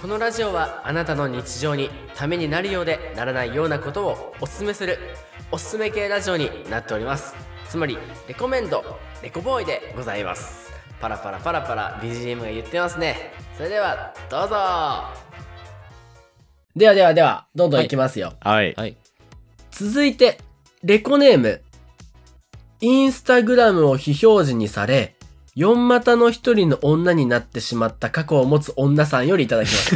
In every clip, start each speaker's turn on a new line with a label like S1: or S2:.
S1: このラジオはあなたの日常にためになるようでならないようなことをおすすめするおすすめ系ラジオになっておりますつまりレコメンドレコボーイでございますパラパラパラパラ BGM が言ってますねそれではどうぞではではではどんどんいきますよ、
S2: はい。
S3: はい。
S1: 続いてレコネームインスタグラムを非表示にされ四股の一人の女になってしまった過去を持つ女さんよりいただきまし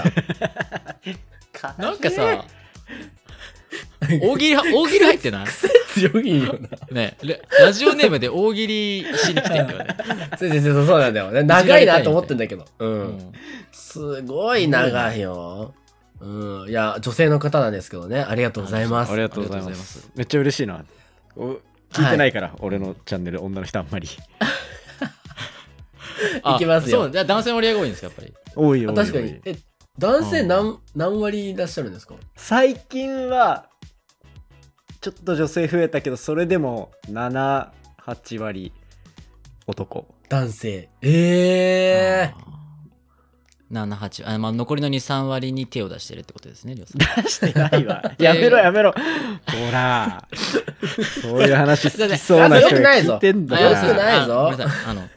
S1: た
S3: なん かさ、大喜利、大喜利入ってない
S1: 癖強いよ
S3: ねレラジオネームで大喜利しに来てんだよね。
S1: な そうそうそうそうなんだよね 長いなと思ってんだけど う、
S3: うんん
S1: すごい長いようん、いや女性の方なんですけどねありがとうございます
S2: ありがとうござい
S3: ありがとうござい
S2: ま
S3: ますす。
S2: めっちゃ嬉しいな。お聞いてないから、俺のチャンネル、女の人あんまり。
S3: あ
S1: いきますよ
S3: そう、じゃあ男性の割合が多いんですか、やっぱり。
S2: 多いよ。
S1: あ
S2: 多い
S1: 確か
S2: 多
S1: に
S2: い
S1: え男性何,、何割いらっしゃるんですか
S2: 最近は、ちょっと女性増えたけど、それでも7、8割男。
S1: 男性ええー、
S3: 7、8、あまあ、残りの2、3割に手を出してるってことですね、りょうさん。
S2: 出してないわ。 やめろやめろ。ほら。そういう話好きそうな人が聞いてんだ
S1: あ
S2: か
S1: よ
S3: り
S1: く
S3: ょうさん
S1: 良く
S2: ら。
S1: ないぞ
S3: あごめんなさい、あの、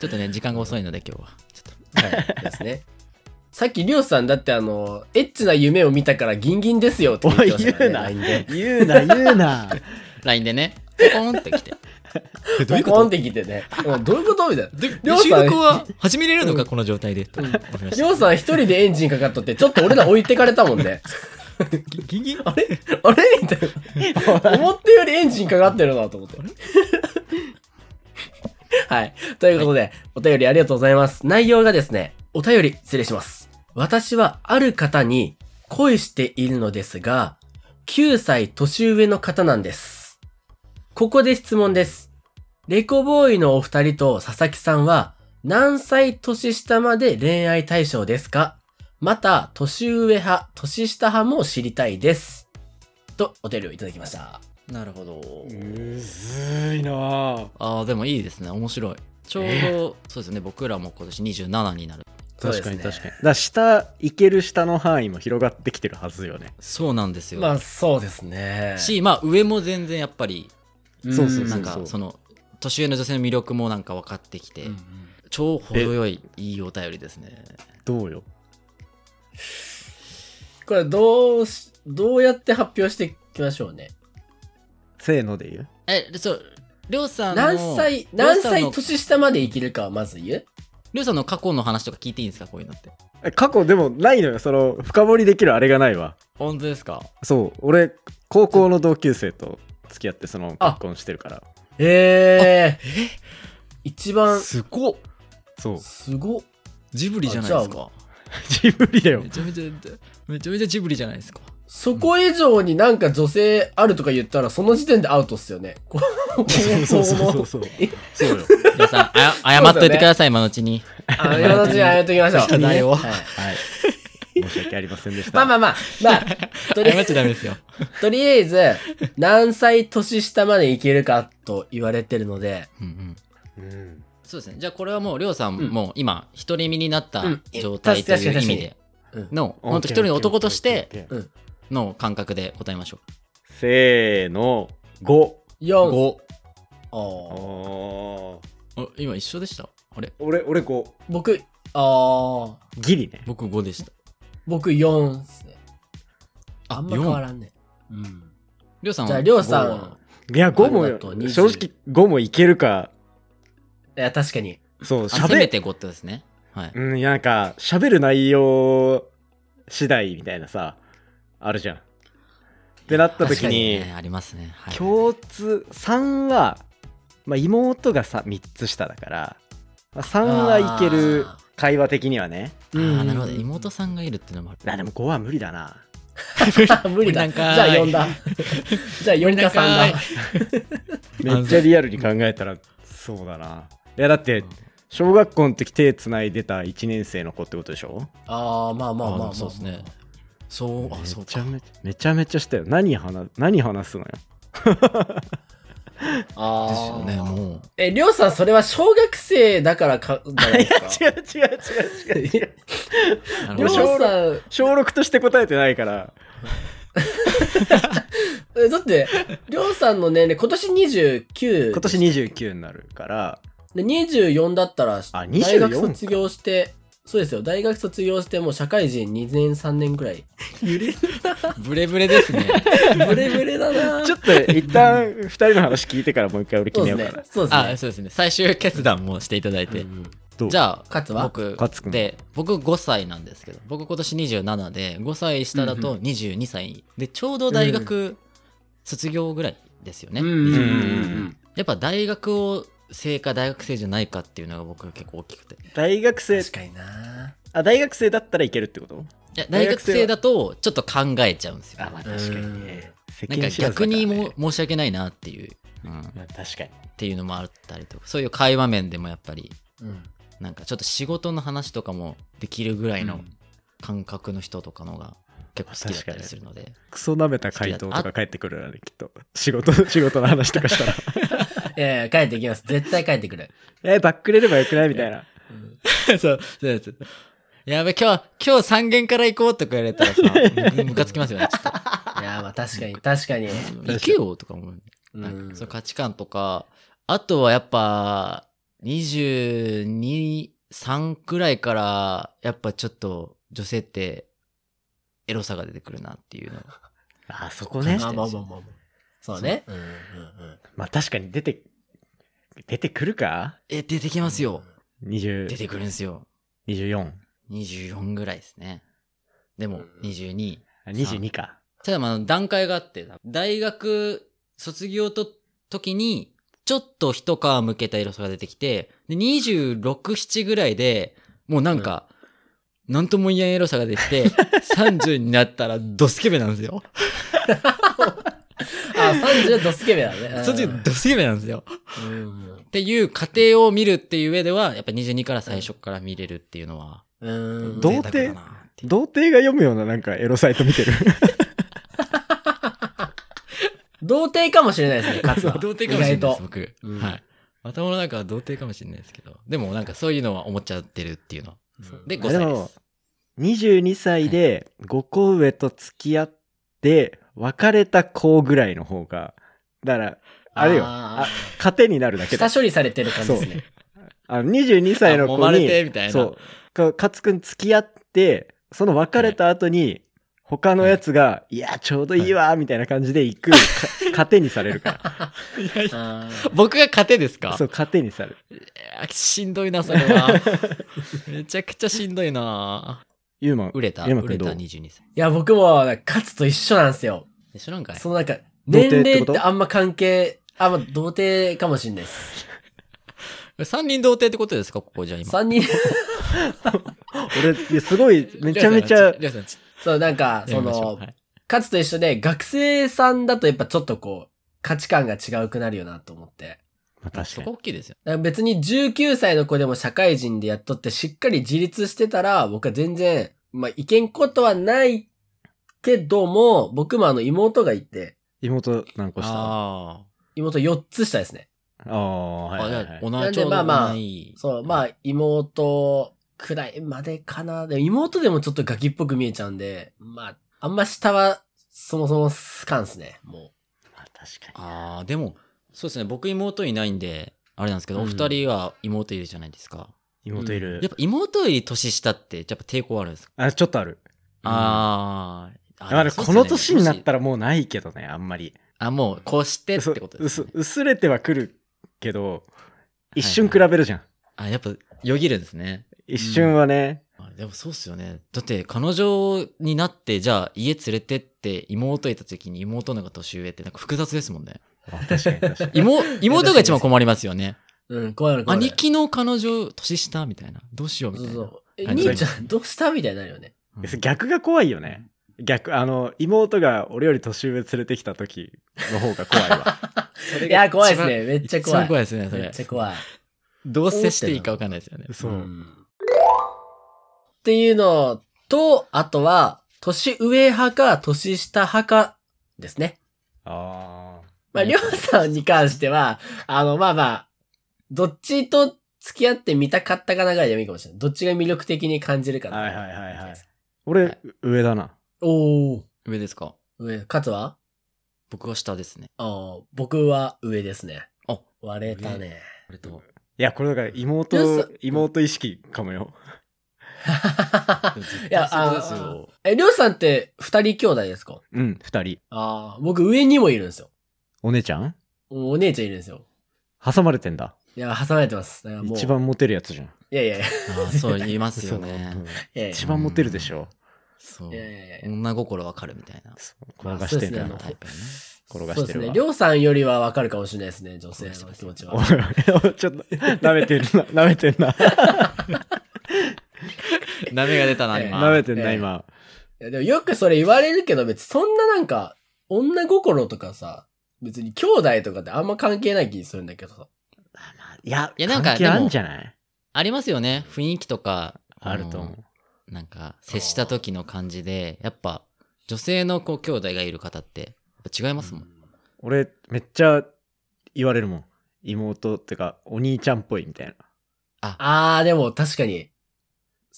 S3: ちょっとね、時間が遅いので、今日は。ちょっ
S1: はい、ですね。さっきりょうさんだってあの、エッチな夢を見たからギンギンですよって
S2: お
S1: 言ってました
S2: い
S1: か
S2: 言う
S1: らね、
S2: な
S1: LINE で。
S2: 言うな言う な
S3: と LINE でね、ポンって 来て。
S1: どういうことってきてね。うんどういうことみたいな。
S3: で
S1: りょうさん
S3: 収録は始めれるのか、この状態で。と思いまし
S1: りょうさん一人でエンジンかかっとって、ちょっと俺ら置いてかれたもんね。
S3: た。ギンギン
S1: あれあれ みたいな。思ったよりエンジンかかってるなと思って。 はい。ということで、お便りありがとうございます。内容がですね、お便り失礼します。私はある方に恋しているのですが、9歳年上の方なんです。ここで質問です。レコボーイのお二人と佐々木さんは何歳年下まで恋愛対象ですかまた、年上派、年下派も知りたいです。と、お便りをいただきました。
S3: なるほど。
S2: むずいな
S3: ああ、でもいいですね。面白い。ちょうど、そうですね、僕らも今年27になる。
S2: 確かに確かに。だ
S1: そう
S2: か
S1: で
S2: ら下、いける下の範囲も広がってきてるはずよね。
S3: そうなんです
S1: す
S3: よ。
S1: ね。まあ、そうですね。
S3: し、まあ、上も全然やっぱり、
S1: うん
S2: そうそうそう
S3: なんか、その、年上の女性の魅力もなんか分かってきて、
S1: うん
S3: 超程よいいいお便りですね。
S2: どうよ。
S1: これ、どうし、どうやって発表していきましょうね。
S2: せーので言う
S3: え、そう、りょうさんの、
S1: 何歳、
S3: りょう
S1: 何
S3: さん
S1: 歳
S3: の
S1: 年下まで生きるかはまず言う
S3: りょうさんの過去の話とか聞いていいんですかこういうのって。
S2: え過去でもないのよ。その、深掘りできるあれがないわ。
S3: 本当ですか
S2: そう、俺、高校の同級生と付き合って、その、
S1: あ
S2: 結婚してるから。
S1: ええ一番、
S3: すごっ
S2: そう。
S1: すごっ。
S3: ジブリじゃないですか。
S2: ジブリだよ
S3: め。ちゃめちゃ、めちゃめちゃジブリじゃないですか。
S1: そこ以上になんか女性あるとか言ったら、その時点でアウトっすよね。こう
S2: そうそうそうそう。そうよ。
S3: りょうさん、あや謝っといてください、今のうちに。
S1: あの、世の中にあやっときまし ょう。
S3: 謝罪を
S1: はい
S2: はい。申し訳ありませんでした。
S1: まあまあまあ、ま あ、とりあ
S3: 謝
S1: え
S3: っちゃ
S1: ず、
S3: ダメですよ。
S1: とりあえず、何歳年下までいけるかと言われてるので、
S3: うんうん
S2: うん
S3: そうですね。じゃあこれはもう、りょうさん
S1: うん
S3: もう今、独り身になった
S1: うん
S3: 状態とい
S1: 確かに
S3: う意
S1: 確かに
S3: 味で
S1: うん
S3: の、本当一人の男として。
S1: うん。
S3: の感覚で答えましょ
S2: せーの、5。
S3: う。
S1: 4、
S3: 5。
S1: あー
S2: お
S3: あ今一緒でしたあれ
S2: 俺、俺5。
S1: 僕、あー
S2: ギリね。
S3: 僕5でした。
S1: 僕4ですね。
S3: あ、
S1: あんま変わ
S3: 4。
S1: らんね。うん。
S3: りょうさんは
S1: じゃあ、りょうさ
S3: 五は
S1: ん、
S2: いや、5
S1: ありがとう
S2: も、
S1: 20
S2: 正直5もいけるか。
S1: いや、確かに。
S2: そう、
S3: あせめ
S2: 喋
S3: て5ってですね。はい。
S2: うん、いやなんか、喋る内容次第みたいなさ、あるじゃん。ってなった時
S3: 確か
S2: に、
S3: ねありますね。はい
S2: 共通3は、まあ、妹がさ3つ下だから、まあ、3はいける
S1: あ
S2: 会話的にはね
S3: あ
S1: うん
S3: あ、なるほど。妹さんがいるっていうのもある。
S2: あでも5は無理だな
S1: あ無理だ。
S3: 無理なん
S1: じ
S3: かい
S1: ゃあ4だ。 じゃあ4か3だ。
S2: めっちゃリアルに考えたらそうだないやだって小学校の時手つないでた1年生の子ってことでしょ
S1: あー、まあまあまあまあまあ。
S3: そうですね。そう、あ、そう
S2: めち
S3: か
S2: ゃ。めちゃめちゃめちゃめちゃしたよ何話何話すのよ
S1: あ
S4: ですよ
S1: あ。
S4: ね、もう。
S1: え、りょうさん、それは小学生だからか、じゃない ですか。
S2: 違う違う違う違う。
S4: な
S1: り
S4: る
S1: ょう
S4: ほど。
S1: さん、
S2: 小6として答えてないから。
S1: えだって、りょうさんの年齢、今年29。
S2: 今年29になるから。
S1: で24だったら、
S2: あ24
S1: 大学卒業して、そうですよ。大学卒業して、もう社会人2年3年くらい。揺れる
S3: ブレブレですね。
S1: な。ブレブレだな。
S2: ちょっと一旦2人の話聞いてからもう一回俺決
S1: そう
S2: め
S1: で
S2: よ
S1: す
S2: うか
S1: ね
S2: な。。
S1: そうですね。
S3: あそうですね。最終決断もしていただいて。
S2: どう
S3: じゃあ、
S1: 勝つは
S3: 僕
S2: 勝つくん
S3: で、僕5歳なんですけど、僕今年27で、5歳下だと22歳。で、ちょうど大学卒業ぐらいですよね。
S1: うんうんうん
S3: やっぱ大学を生か大学生じゃないかっていうのが僕は結構大きくて。い
S2: 大学
S1: うん。
S2: 生
S1: 確かにな。
S2: あ大学生だったらいけるってこと
S3: や大
S2: 大
S3: 学
S2: 学生は
S3: 生だとちょっと考えちゃうんですよ。
S2: まあ
S1: 確かにね
S2: 世
S3: なんか
S2: 間知らず
S3: 逆
S2: だらね
S3: にも申し訳ないなっていう、うんっ
S2: まあ確かに
S3: ていうのもあったりとか、そういう会話面でもやっぱり、
S1: うん。
S3: なんかちょっと仕事の話とかもできるぐらいの感覚の人とかの方が結構好きだったりするので。
S2: クソ舐めた回答とか返ってくるよねきっと仕事 仕事の話とかしたら
S1: いやいや、帰ってきます。絶対帰ってくる。
S2: えバックれればよくないみたいな
S3: そう、そうそう。やべ、今日、今日三軒から行こうとか言われたらさ、む むかつきますよね。ちょっ
S1: いや、まあ確かに、確かに。
S3: と行けよとか思う。
S1: う
S3: なんか
S1: ん
S3: その価値観とか、あとはやっぱ、22、3くらいから、やっぱちょっと女性って、エロさが出てくるなっていうの。
S2: あそこ
S3: ね
S1: あまあまあまあまあ。そうね。うんうんうん。
S2: まあ確かに出て出てくるか
S3: え、出てきますよ。出て
S2: 20
S3: くるんですよ。
S2: 24
S3: 24ぐらいですね。でも、22。
S2: あ22か
S3: ただまあ段階があって、大学卒業と時に、ちょっと一皮向けた色さが出てきて、で、26、7ぐらいで、もうなんか、なんとも言えんエロさが出て きて、30になったらドスケベなんですよ。
S1: あ、30ドスケベだね。
S3: 30ドスケベなんですよ。
S1: うん
S3: っていう過程を見るっていう上では、やっぱ22から最初から見れるっていうのは、
S1: うん。
S2: どう
S1: うん
S2: 童貞
S3: 贅沢だなっていう
S2: 童貞が読むようななんかエロサイト見てる
S1: 童貞かもしれないです ね、勝つは。
S3: 童貞かもしれない
S1: 意
S3: で
S1: 外
S3: す、
S1: と
S3: 僕。
S1: うん
S3: はい。頭の中は童貞かもしれないですけど、でもなんかそういうのは思っちゃってるっていうの。
S1: うん
S3: で、
S2: あ
S3: 5歳
S2: で
S3: で
S2: も
S3: す。
S2: 22歳で5個上と付き合って別れた子ぐらいの方がだからあれよ
S1: あー
S2: あ糧になるだけだ
S1: 下処理されてる感じですね。
S2: あの22歳の子に
S3: あ揉まれてみたいな
S2: そうかかつくん付き合ってその別れた後に他のやつが、い、やちょうどいいわみたいな感じで 行く、か糧にされるか
S1: あ
S3: 僕が勝てですから
S2: そう糧にされる
S3: いやしんどいな、それ は。めちゃくちゃしんどいな。
S2: ユーマン
S3: 売れた、
S2: ユーマン
S3: 売れ
S2: 君
S3: た
S2: どう
S3: 22歳。
S1: いや、僕も、勝つと一緒なんですよ。
S3: 一緒なんかい
S1: そのなんか、
S2: 童
S1: 年
S2: 貞ってこと
S1: 齢ってあんま関係、あんま童貞かもしれないです。
S3: 三人童貞ってことですかここじゃあ今。
S1: 3人、
S2: 俺いやすごいめちゃめちゃ
S3: りょうさんちりょ
S1: そう、なんか、
S3: うさん
S1: そ
S3: ちやめましょう
S1: の
S3: は、い
S1: 勝つと一緒で、学生さんだとやっぱちょっとこう、価値観が違うくなるよなと思って。
S2: まあ確
S3: そ
S2: か
S3: こ
S2: に
S3: 大きいですよ。
S1: だから別に19歳の子でも社会人でやっとってしっかり自立してたら、僕は全然、まあ、いけんことはないけども、僕もあの妹がいて、
S2: 妹何個したあ
S3: あ
S1: 妹4つ下ですね。
S2: あー
S3: あ。
S2: はい
S3: あ、
S2: は
S3: じ
S2: い
S3: ゃ
S2: は
S3: あ
S2: い、
S3: 同
S1: なん
S3: じ
S1: でまあまあ
S3: い。
S1: そう、まあ、妹くらいまでかな。でも妹でもちょっとガキっぽく見えちゃうんで、まあ、あんま下は、そもそもスカンですね、も
S2: まあ確か
S3: ああ、でも、そうですね。僕妹いないんで、あれなんですけど、
S1: う
S3: お
S1: ん
S3: 二人は妹いるじゃないですか。
S2: に妹いる、
S3: やっぱ妹より年下って、やっぱ抵抗あるんですか
S2: あちょっとある
S3: あーあ。
S2: だからこの年になった
S3: ら。
S2: らもうないけどねあんまり
S3: あ、もう、こうしてってことです、
S2: 薄
S3: ね。
S2: 薄れてはくるけど一瞬比べるじゃん、
S3: あ、やっぱ、よぎるんですね。
S2: 一瞬はね、
S3: あでもそうっすよね。だって、彼女になって、じゃあ、家連れてって、妹いた時に妹の方が年上って、なんか複雑ですもんね。
S2: あ確かに確かに
S3: 妹、妹が一番困りますよね。
S1: う。うん、怖いの怖いの。
S3: 兄貴の彼女、年下みたいな。どうしようみ
S1: そ
S3: たいう
S1: そ
S3: な。
S1: う。え、
S3: はい
S1: 兄ちゃん、どうしたみたいになるよね。
S3: うん
S2: えそれ 逆が怖いよね。逆、あの、妹が俺より年上連れてきた時の方が怖い わ。
S1: いや、怖いですね。めっちゃ怖
S3: 一番
S1: い。
S3: 怖いですね、そ
S1: め
S3: れ
S1: っち。ゃ怖い。
S3: どう接していいか分かんないですよね。
S2: そう。
S1: んっていうのと、あとは、年上派か年下派かですね。
S2: ああ。
S1: ままあ、りょうさんに関しては、あの、まあまあ、どっちと付き合ってみたかったかなぐらいでもいいかもしれない。どっちが魅力的に感じるかな。
S2: はいはいはいはい
S1: い。
S2: 俺、
S3: はい
S2: 上だな。
S1: おー。
S3: 上ですか
S1: 上、勝つは
S3: 僕は下ですね。
S1: あー僕は上ですね。
S3: あ、
S1: 割れたね。
S3: あれと。
S2: いや、これだから
S1: りょうさ
S2: 妹、妹意識かもよ。
S1: いや
S3: そうですよ。
S1: え、りょうさんって二人兄弟ですか
S2: うん、二人。
S1: ああ、僕上にもいるんですよ。
S2: お姉ちゃん
S1: お姉ちゃんいるんですよ。
S2: 挟まれてんだ。
S1: いや、挟まれてます。だからもう。
S2: 一。番モテるやつじゃん。
S1: いやいやいや。
S3: あーそう言います よね
S2: そう。うん
S1: いやいや
S2: 一番モテるでしょ。
S3: そう
S1: い。やいやいや
S3: 女心わかるみたいな。
S2: そう転がしてん
S1: ま
S2: だ
S1: あ
S2: な。
S1: そ
S3: タ
S1: う
S3: イ
S1: で
S3: プね。
S2: 転が
S1: そう
S2: し
S1: で
S2: て
S1: す
S2: る
S1: ね。
S2: わ
S1: り。ょうさんよりはわかるかもしれないですね、女性の気持ち
S2: お
S1: は。
S2: いちょっと、舐めてるな、舐めてん な。
S3: ダメが出たな、
S1: ええ
S3: 今。
S2: 舐めてん
S1: え
S2: な、
S1: え
S2: 今。
S1: いやでもよくそれ言われるけど、別にそんななんか、女心とかさ、別に兄弟とかってあんま関係ない気するんだけどさ。
S2: いや、
S3: いやなんか
S2: 関係あんじゃない
S3: ありますよね。雰囲気とか。
S2: あると思う。
S3: う。なんか、接した時の感じで、やっぱ、女性のこう、兄弟がいる方って、やっぱ違いますもん。
S2: 俺、めっちゃ言われるもん。妹ってか、お兄ちゃんっぽいみたいな。
S1: あー、でも確かに、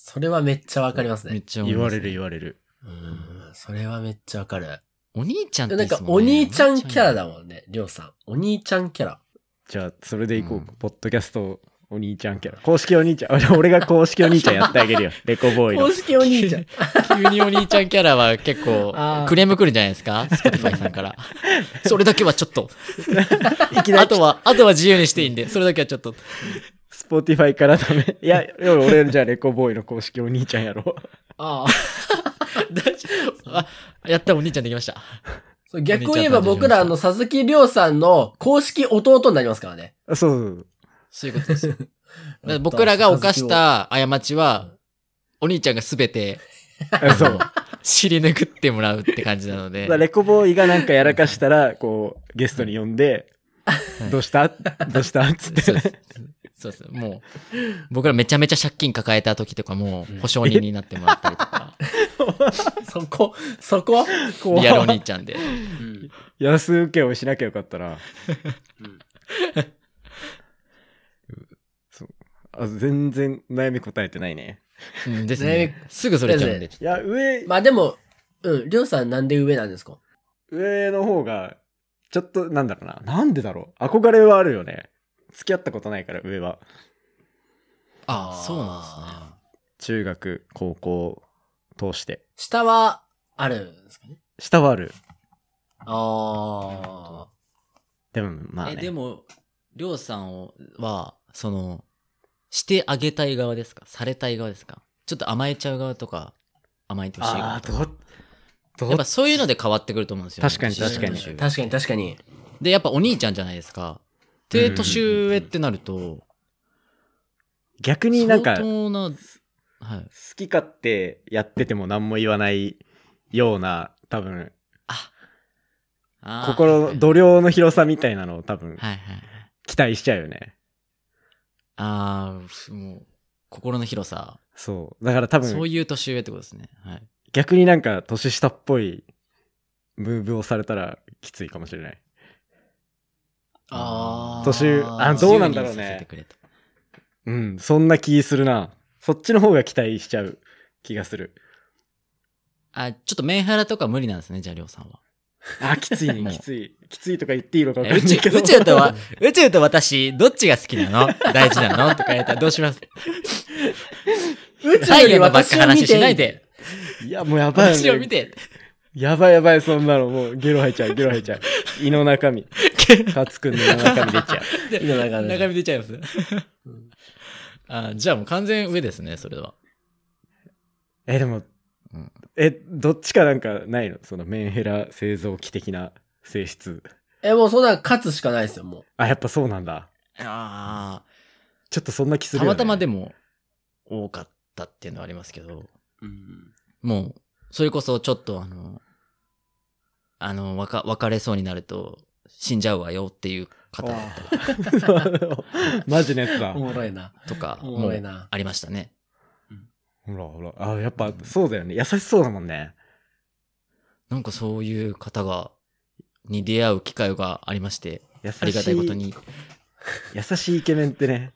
S1: それはめっちゃわかります
S3: めっ
S1: ね。
S3: ちゃ思い
S2: 言
S3: ま
S2: わ
S3: す
S2: れる言われる。
S1: うん、それはめっちゃわかる。
S3: お兄ちゃんっていい
S1: な
S3: っ
S1: ん
S3: す
S1: か
S3: もね
S1: お兄ちゃんキャラだもんね、りょうさん。お兄ちゃんキャラ。
S2: じゃあ、それでいこう、
S3: うん
S2: ポッドキャスト、お兄ちゃんキャラ。公式お兄ちゃん。 俺俺が公式お兄ちゃんやってあげ るよ。レコボーイの
S1: 公。式お兄ちゃん。
S3: 急にお兄ちゃんキャラは結構
S1: あー
S3: クレームくるんじゃないですか Spotify さんから。それだけはちょっと。あとは、あとは自由にしていいんで、それだけはちょっと。
S2: スポティファイからダメ。いや、俺、じゃあレコボーイの公式お兄ちゃんやろう。
S1: ああ。
S3: あ、やったお兄ちゃんできました。
S1: そう逆を言えば僕らあの佐々木亮さんの公式弟になりますからね。
S2: あそう そ
S3: そう
S2: うそう。
S3: いうことですよ。だから僕らが犯した過ちは、お兄ちゃんがすべて
S2: あそう。
S3: 知り拭ってもらうって感じなの
S2: だ
S3: で
S2: か。らレコボーイがなんかやらかしたら、こう、ゲストに呼んで、どうしたどうしたつって
S3: そう。です。そうです。もう、僕らめちゃめちゃ借金抱えた時とかも、保証人になってもらったりと か、
S1: そこ、そこ、
S2: 怖い
S3: リアルお兄ちゃんで。
S1: うん、
S2: 安請けをしなきゃよかったな。
S1: うん
S2: そうあ全然悩み答えてないね。
S3: うんですね。すぐそれちゃうんで。
S2: いや、上、
S1: まあでも、うん、りょうさんなんで上なんですか
S2: 上の方が、ちょっと、なんだろうな。なんでだろう。憧れはあるよね。付き合ったことないから、上は。
S3: あ、そうなんですね。
S2: 中学、高校、通して。
S1: 下は、あるんですかね
S2: 下はある。
S1: ああ。
S2: でも、まあ、ね。
S3: え、でも、りょうさんをは、その、してあげたい側ですかされたい側ですかちょっと甘えちゃう側とか、甘えてほしい側
S2: ああ、
S3: とか。
S2: ど、ど
S3: やっぱそういうので変わってくると思うんですよ、
S2: 確かに確かに
S3: 年上
S1: 確かに確かに。
S3: で、やっぱお兄ちゃんじゃないですか。で、
S2: うん
S3: 年上ってなると、
S2: 逆になんか、
S3: 相当
S2: 好
S3: な、はい。
S2: き勝手やってても何も言わないような、多分、
S3: あー
S2: 心の度量の広さみたいなのを多分、
S3: はいはいはい。
S2: 期待しちゃうよね。
S3: ああ、ふもう、心の広さ。
S2: そう。だから多
S3: そう
S2: 分、
S3: いう年上ってことですね。はい。
S2: 逆になんか、年下っぽい、ムーブをされたらきついかもしれない。
S1: ああ。
S2: 年上あどうなんだろ
S3: 自由にさ
S2: うね
S3: せてくれと
S2: うん、そんな気するな。そっちの方が期待しちゃう気がする。
S3: あ、ちょっとメンヘラとか無理なんですね、じゃあ、りょうさんは。
S2: あ、きついね、
S3: もう
S2: きつい。きついとか言っていいのか分かん
S3: 宇
S2: ないけ
S3: 宙
S2: ど。
S3: 宇宙とは、宇宙と私、どっちが好きなの大事なのとか言ったらどうします
S1: 宇宙よ
S3: 太
S1: り
S3: 陽のばっ
S1: 私
S3: か
S1: を見
S3: 話
S1: て
S3: しないで。
S2: いや、もうやばい
S3: 私
S2: よ
S3: を
S2: ね
S3: 見。て。
S2: やばいやばい、そんなの。もう、ゲロ吐いちゃう、ゲロ吐いちゃう。胃の中身。カツくんの胃の中身出ちゃう。
S1: いいの中
S3: 中
S1: で。
S3: 身出ちゃいます。あじゃあもう完全上ですね、それは。
S2: え、でも
S3: うん、
S2: え、どっちかなんかないのそのメンヘラ製造機的な性質。
S1: え、もうそんなの勝つしかないですよ、もう。
S2: あ、やっぱそうなんだ。
S3: あ
S2: ちょっとそんな気す
S3: あ、
S2: る
S3: た
S2: よ、
S3: ま
S2: ね。
S3: たまで
S2: も。
S3: も多かったっていうのはありますけど、もう、それこそちょっとあの、あの、わか別れそうになると死んじゃうわよっていう方だったり
S2: マジのやつだ。
S1: お
S2: ほ
S1: もろいな。
S3: と か、
S1: お
S3: も
S1: もろいうな。
S3: ありましたね。
S2: らほら。あ、やっぱそうだよね。優しそうだもんね。
S3: なんかそういう方が、に出会う機会がありまして、
S2: 優
S3: ありがたいこと
S2: しい、
S3: に。
S2: 優しいイケメンってね、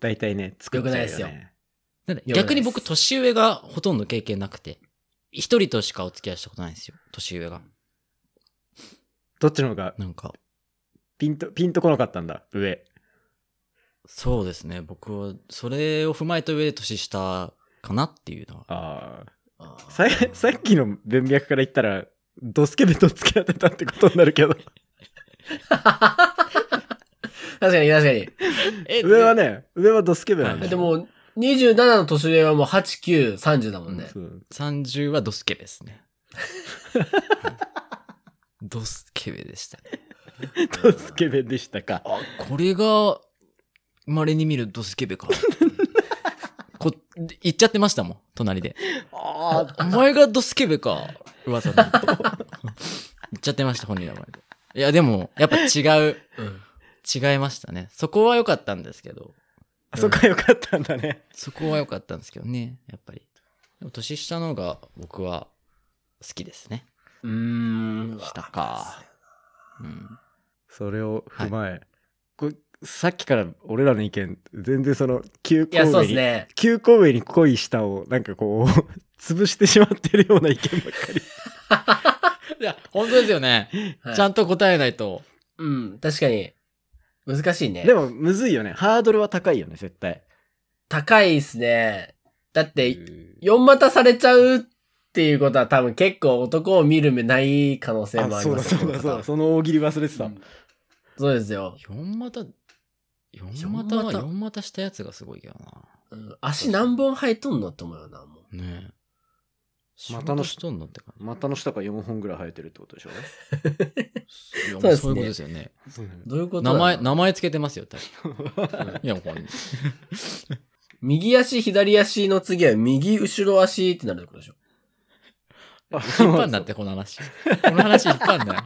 S2: 大体ね、作っちゃうよ、ね。
S1: よくない
S3: なんで
S1: いや
S3: 逆に
S1: いや
S3: 僕、年上がほとんど経験なくて、一人としかお付き合いしたことないんですよ、年上が。
S2: どっちの方が
S3: なんか、
S2: ピンと、ピンとこなかったんだ、上。
S3: そうですね、僕は、それを踏まえた上で年下かなっていうのは。
S2: あ
S1: あー
S2: あ。さ、さっきの文脈から言ったら、ドスケベと付き合ってたってことになるけど、
S1: 確かに確かに。
S3: え
S2: 上はね、上はドスケベなん
S3: は
S2: だ
S1: だ
S3: い
S2: よ。
S1: ってもう、27の年上はもう8、9、30だもんね。
S2: そう
S3: 30はドスケベです ね。ドスケベでしたね。
S2: ドスケベでしたか。
S3: あ、これが、稀に見るドスケベか。 こ、言っちゃってましたもん、隣で。
S2: あ
S3: お前がドスケベか、噂の。言っちゃってました、本人の前で。いや、でも、やっぱ違う、
S1: うん。
S3: 違いましたね。そこは良かったんですけど、
S2: あ、そっかよかったんだね。
S3: そこは良かったんですけどね、やっぱり。でも年下の方が僕は好きですね。
S1: うーん。
S3: 下か。うん。
S2: それを踏まえ、これさっきから俺らの意見、全然その、急
S1: い
S2: 行
S1: や、そうで
S2: 上
S1: す
S2: に、
S1: ね。
S2: 急行上に恋したを、なんかこう、 潰してしまってるような意見ばっかり。
S3: いや、本当ですよね。
S1: はい
S3: ちゃんと答えないと。
S1: うん、確かに。難しいね。
S2: でも、むずいよね。ハードルは高いよね、絶対。
S1: 高いですね。だっ
S2: う
S1: て、
S2: ん
S1: 4股されちゃうっていうことは多分結構男を見る目ない可能性も
S2: あ、
S1: あり
S2: そう
S1: ま
S2: だ
S1: す
S2: そ
S1: ね
S2: うだそう
S1: この
S2: だ。
S1: 方
S2: その大喜利忘れてた。
S1: うんそうですよ、
S3: 四股、四
S1: 四
S3: 股
S1: 股
S3: は四股したやつがすごいけど
S1: うん足何本生えとんのって思うよな、もう。
S3: な。ねえ。
S2: 股の
S3: しとんのってか。
S2: 股の下が4本ぐらい生えてるってことでしょ
S3: いや
S1: そうですね
S3: そういうことですよね。
S1: どういうことだろ
S3: 名
S1: う
S3: 前、名前つけてますよ、確か
S1: うん
S3: に。いや、本人。
S1: 右足、左足の次は右後ろ足ってなるってことでしょ。
S3: 引っ張んなって、この話。この話引っ張ん なよ。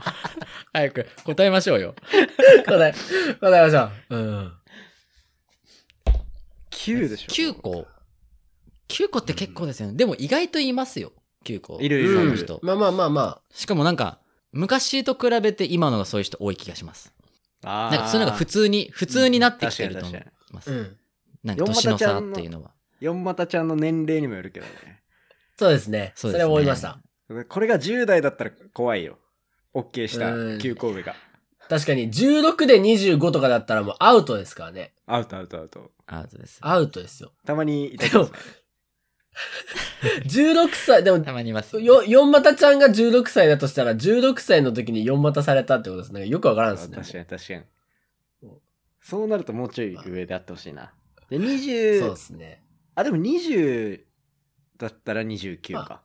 S3: 早く答えましょうよ。
S1: 答え、答えましょう。うん。
S2: 9でしょ
S3: 9個。9個って結構ですよね。でも意外と言いますよ。9個。
S2: いるいる
S3: そ
S2: い
S3: の
S2: る
S3: 人。
S1: まあまあまあまあ。
S3: しかもなんか、昔と比べて今のがそういう人多い気がします。
S2: あー
S3: なんかそういうのが普通に、普通になってきてると
S2: 確
S3: 思
S2: か
S3: い
S2: に確か
S3: ます。
S1: うん。
S3: なんか年の差っていうのは。
S2: に四股ちゃんの年齢にもよるけどね。
S1: そうですね。
S3: そ
S1: そう
S3: ですね
S1: れは思いました。
S2: これが10代だったら怖いよ。OK した
S1: うん
S2: 9個上が。
S1: 確かに16で25とかだったらもうアウトですからね。
S2: アウトアウトアウト。
S3: アウトです。
S1: アウトですよ。
S2: たまにいたけど
S1: で16歳、でも、
S3: たまにいますよね。
S1: よ、四股ちゃんが16歳だとしたら、16歳の時に四股されたってことですね。よくわからんで
S2: 確かに
S1: すね。
S2: 確かに
S1: そう。
S2: そうなるともうちょい上であってほしいな。で、
S1: そう
S2: 20
S1: で、すね。
S2: あ、でも20だったら29
S1: ま
S2: か。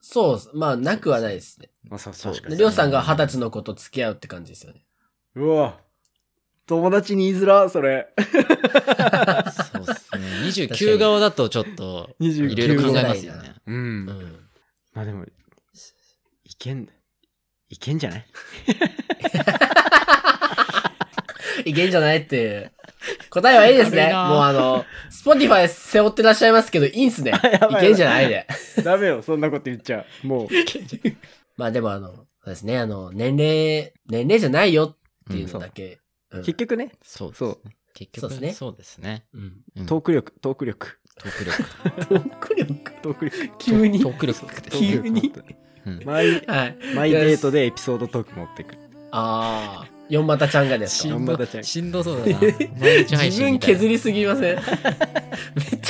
S1: そうっす。まあ、なくはないですね。
S2: まあ、そう、
S3: そう
S2: 確か
S1: で
S2: に。
S1: りょうさんが二十歳の子と付き合うって感じですよね。
S2: うわ友達に言いづら、それ。
S3: そうですね。29 側だとちょっと、いろいろ考えますよね。
S2: う
S1: うんん。
S2: まあでも、いけん、いけんじゃない
S1: いけんじゃないっていう。答えはいい です
S3: 軽
S1: ね。
S3: い
S1: もう
S3: な
S1: あの、スポティファイ背負ってらっしゃいますけど、いいんすね。
S2: やばい
S1: いけんじゃないで。
S2: ダメよ、そんなこと言っちゃう。もう。
S1: まあでもあの、そうですね。あの、年齢、年齢じゃないよっていうのだけ。うん
S2: 結局ね、
S3: そうです
S2: そ
S3: ね
S2: う。
S3: 結
S1: そうです
S3: 局、
S1: ね
S3: そうです ね。
S1: うん。
S3: うん
S2: トーク力、トーク力。
S3: トーク力。
S1: トーク 力
S2: トーク力。
S1: 急に
S3: ト。ーク力です
S1: 急に。
S3: うん
S2: マイ、
S1: はい。
S2: マイデートでエピソードトーク持ってくる。
S1: ああ、四股ちゃんがです
S3: し
S1: か
S2: 頑
S3: ん
S2: 張っ
S3: ど
S2: た、
S3: しんどそうだな。毎日配
S1: 自
S3: 信
S1: 分
S3: みたいな
S1: 削りすぎません めっち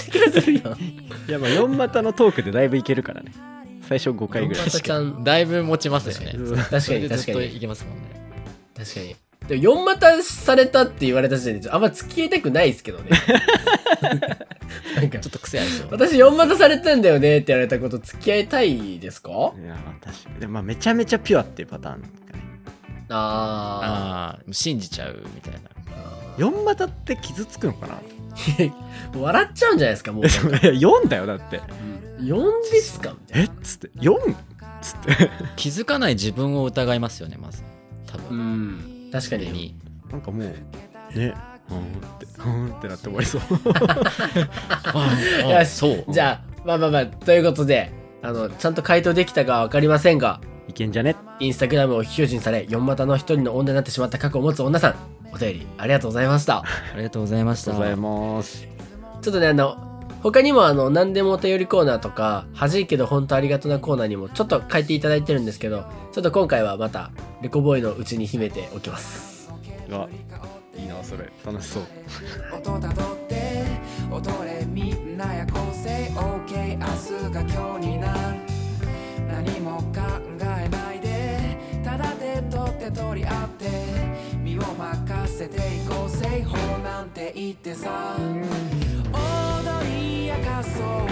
S1: ゃ削るよ。
S2: いや、まあ4股のトークでだいぶいけるからね。最初5回ぐらい
S1: 四。股ちゃん、
S3: だいぶ持ちますよね。
S2: うん
S1: 確
S3: そ
S1: か
S3: れ
S1: に
S3: で
S1: 確
S3: ず
S1: か
S3: っと
S1: に
S3: い。けますもんね。
S1: 確かに。でも四股されたって言われた時点で、あんま付き合いたくないですけどね。なんか
S3: ちょ、っと癖ありそう。
S1: 私四股されたんだよねって言われたこと付き合いたいですか
S2: いや、まあ確かに。でもまあめちゃめちゃピュアっていうパターンかね。
S1: あ
S3: ああ、信じちゃうみたいな。
S1: あ。
S2: 4股って傷つくのかな
S1: 笑っちゃうんじゃないですかもうなんか。
S2: ?4 だよ、だって。
S1: 4ですかみたい
S2: え
S1: な。
S2: っつって、4? つって。
S3: 気づかない自分を疑いますよね、まず。多
S1: う
S3: 分。
S1: ん。確か に。
S3: に。
S2: なんかもう、ね、ふーんって、ふーんってなって終わりそう。
S3: あ
S1: よ
S3: あ、
S1: し
S3: そう。
S1: じゃあ、まあまあまあ、ということで、あの、ちゃんと回答できたかはわかりませんが、
S2: いけんじゃね
S1: インスタグラムを非表示にされ、四股の一人の女になってしまった過去を持つ女さん。お便りありがとうございました。
S3: ありがとうございました。
S2: ありがとうございます。
S1: ちょっとね、あの、他にもあの、何でもお便りコーナーとか、恥じいけど本当ありがとうなコーナーにもちょっと変えていただいてるんですけど、ちょっと今回はまた、レコボーイのうちに秘めておきます。
S2: あ、いいな、それ。楽しそう。
S4: 音たどって踊れみんなや構成 OK 明日が今日になる何も考えないでただ手取って取り合って身を任せていこう正方なんて言ってさ踊りやかそう